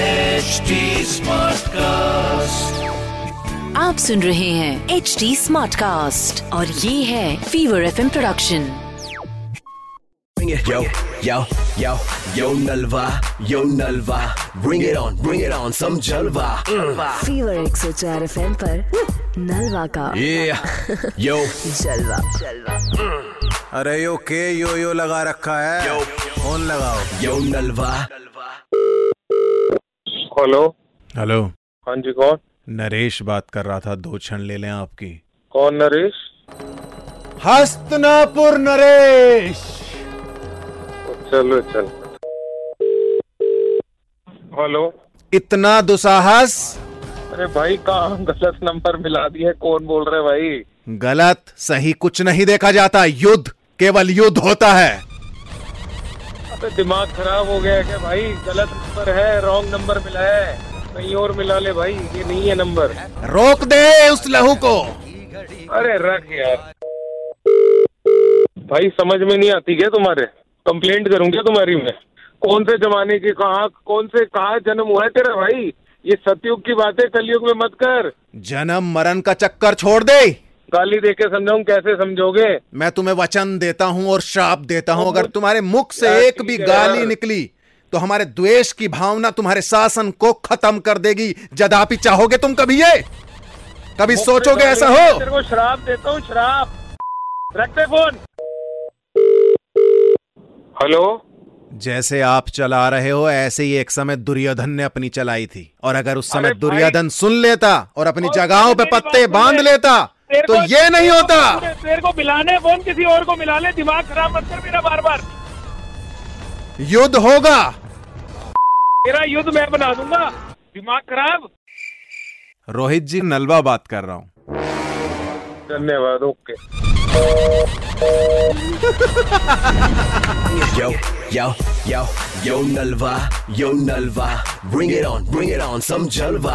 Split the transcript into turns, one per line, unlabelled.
HD Smartcast.
आप सुन रहे हैं एच डी स्मार्ट कास्ट और ये है fever F production
Yo, yo, yo, yo Nalva, yo Nalva, bring it on, bring it on, some Jalva. Mm.
Fever एक सौ चार एफ एम नलवा का
Yeah, yo,
जलवा
अरे यो के यो यो लगा रखा है
Yo.
फोन लगाओ
yo Nalva.
हेलो
हेलो
हाँ जी कौन
नरेश बात कर रहा था दो क्षण ले लें आपकी
कौन नरेश
हस्तनापुर नरेश
चलो चलो हेलो
इतना दुसाहस
अरे भाई कहाँ गलत नंबर मिला दिया कौन बोल रहे भाई
गलत सही कुछ नहीं देखा जाता युद्ध केवल युद्ध होता है
अरे दिमाग खराब हो गया है क्या भाई गलत नंबर है रॉन्ग नंबर मिला है कहीं और मिला ले भाई ये नहीं है नंबर
रोक दे उस लहू को
अरे रख यार भाई समझ में नहीं आती क्या तुम्हारे कंप्लेंट करूंगा तुम्हारी मैं कौन से जमाने की कहा कौन से कहा जन्म हुआ है तेरा भाई ये सतयुग की बातें कलयुग में मत कर
जन्म मरण का चक्कर छोड़ दे
गाली दे के समझाऊं कैसे समझोगे
मैं तुम्हें वचन देता हूँ और श्राप देता हूँ अगर तुम्हारे मुख से
यार,
एक
ठीक
भी
है
गाली
यार।
निकली तो हमारे द्वेष की भावना तुम्हारे शासन को खत्म कर देगी जदापि चाहोगे तुम कभी ये कभी सोचोगे ऐसा
तेरे
हो
को शराब देता हूँ शराब रखते फोन हेलो
जैसे आप चला रहे हो ऐसे ही एक समय दुर्योधन ने अपनी चलाई थी और अगर उस समय
अरे भाई-
दुर्योधन सुन लेता और अपनी
और
जगहों पे
मेरी बात
पत्ते
सुन
बांध
ले।
लेता
तेरे
तो
को-
ये नहीं
तेरे को-
होता
तेरे को मिलाने फोन किसी और को मिला ले दिमाग खराब मत कर मेरा बार बार
युद्ध होगा
तेरा युद्ध मैं बना दूंगा दिमाग खराब
रोहित जी नलवा बात कर रहा हूँ
धन्यवाद okay
Yo, yo, yo, yo Nalva, yo Nalva, bring it on, bring it on, some Jalva.